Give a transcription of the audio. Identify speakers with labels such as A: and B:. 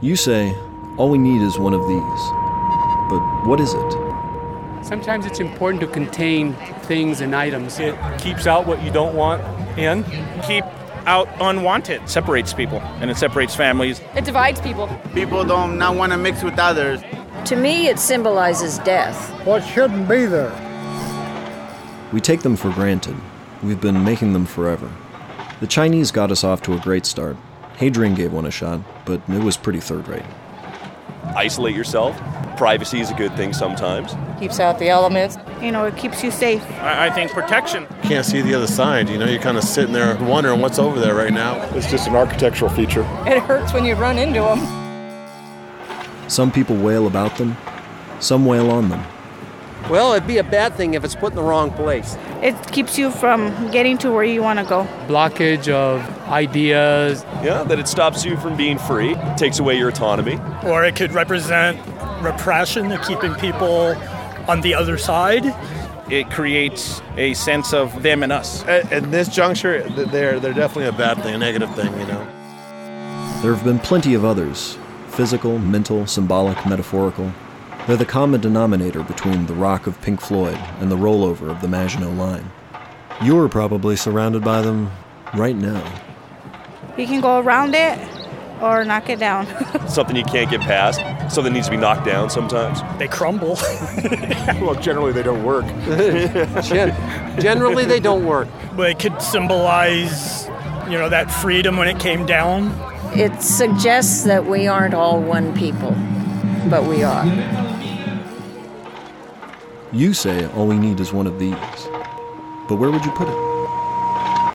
A: You say, all we need is one of these. But what is it?
B: Sometimes it's important to contain things and items.
C: It keeps out what you don't want in.
D: keep out unwanted. Separates people and it separates families.
E: It divides people.
F: People don't not want to mix with others.
G: To me, it symbolizes death.
H: What shouldn't be there?
A: We take them for granted. We've been making them forever. The Chinese got us off to a great start. Hadrian gave one a shot, but it was pretty third rate.
I: Isolate yourself. Privacy is a good thing sometimes.
E: Keeps out the elements.
J: You know, it keeps you safe.
D: I, I think protection.
K: Can't see the other side. You know, you're kind of sitting there wondering what's over there right now.
L: It's just an architectural feature.
E: It hurts when you run into them.
A: Some people wail about them, some wail on them.
M: Well, it'd be a bad thing if it's put in the wrong place.
J: It keeps you from getting to where you want to go.
B: Blockage of ideas.
I: Yeah, that it stops you from being free, takes away your autonomy.
N: Or it could represent repression, keeping people on the other side.
D: It creates a sense of them and us.
I: Eh,
K: At, at this juncture, th- they're they're definitely a bad thing, a negative thing. You know.
A: There have been plenty of others physical, mental, symbolic, metaphorical. They're the common denominator between the rock of Pink Floyd and the rollover of the Maginot Line. You're probably surrounded by them right now.
J: You can go around it or knock it down.
I: Something you can't get past, something needs to be knocked down sometimes.
N: They crumble.
L: Well, generally they don't work.
M: Gen- generally, they don't work.
N: but it could symbolize, you know, that freedom when it came down.
G: It suggests that we aren't all one people, but we are.
A: You say all we need is one of these. But where would you put it?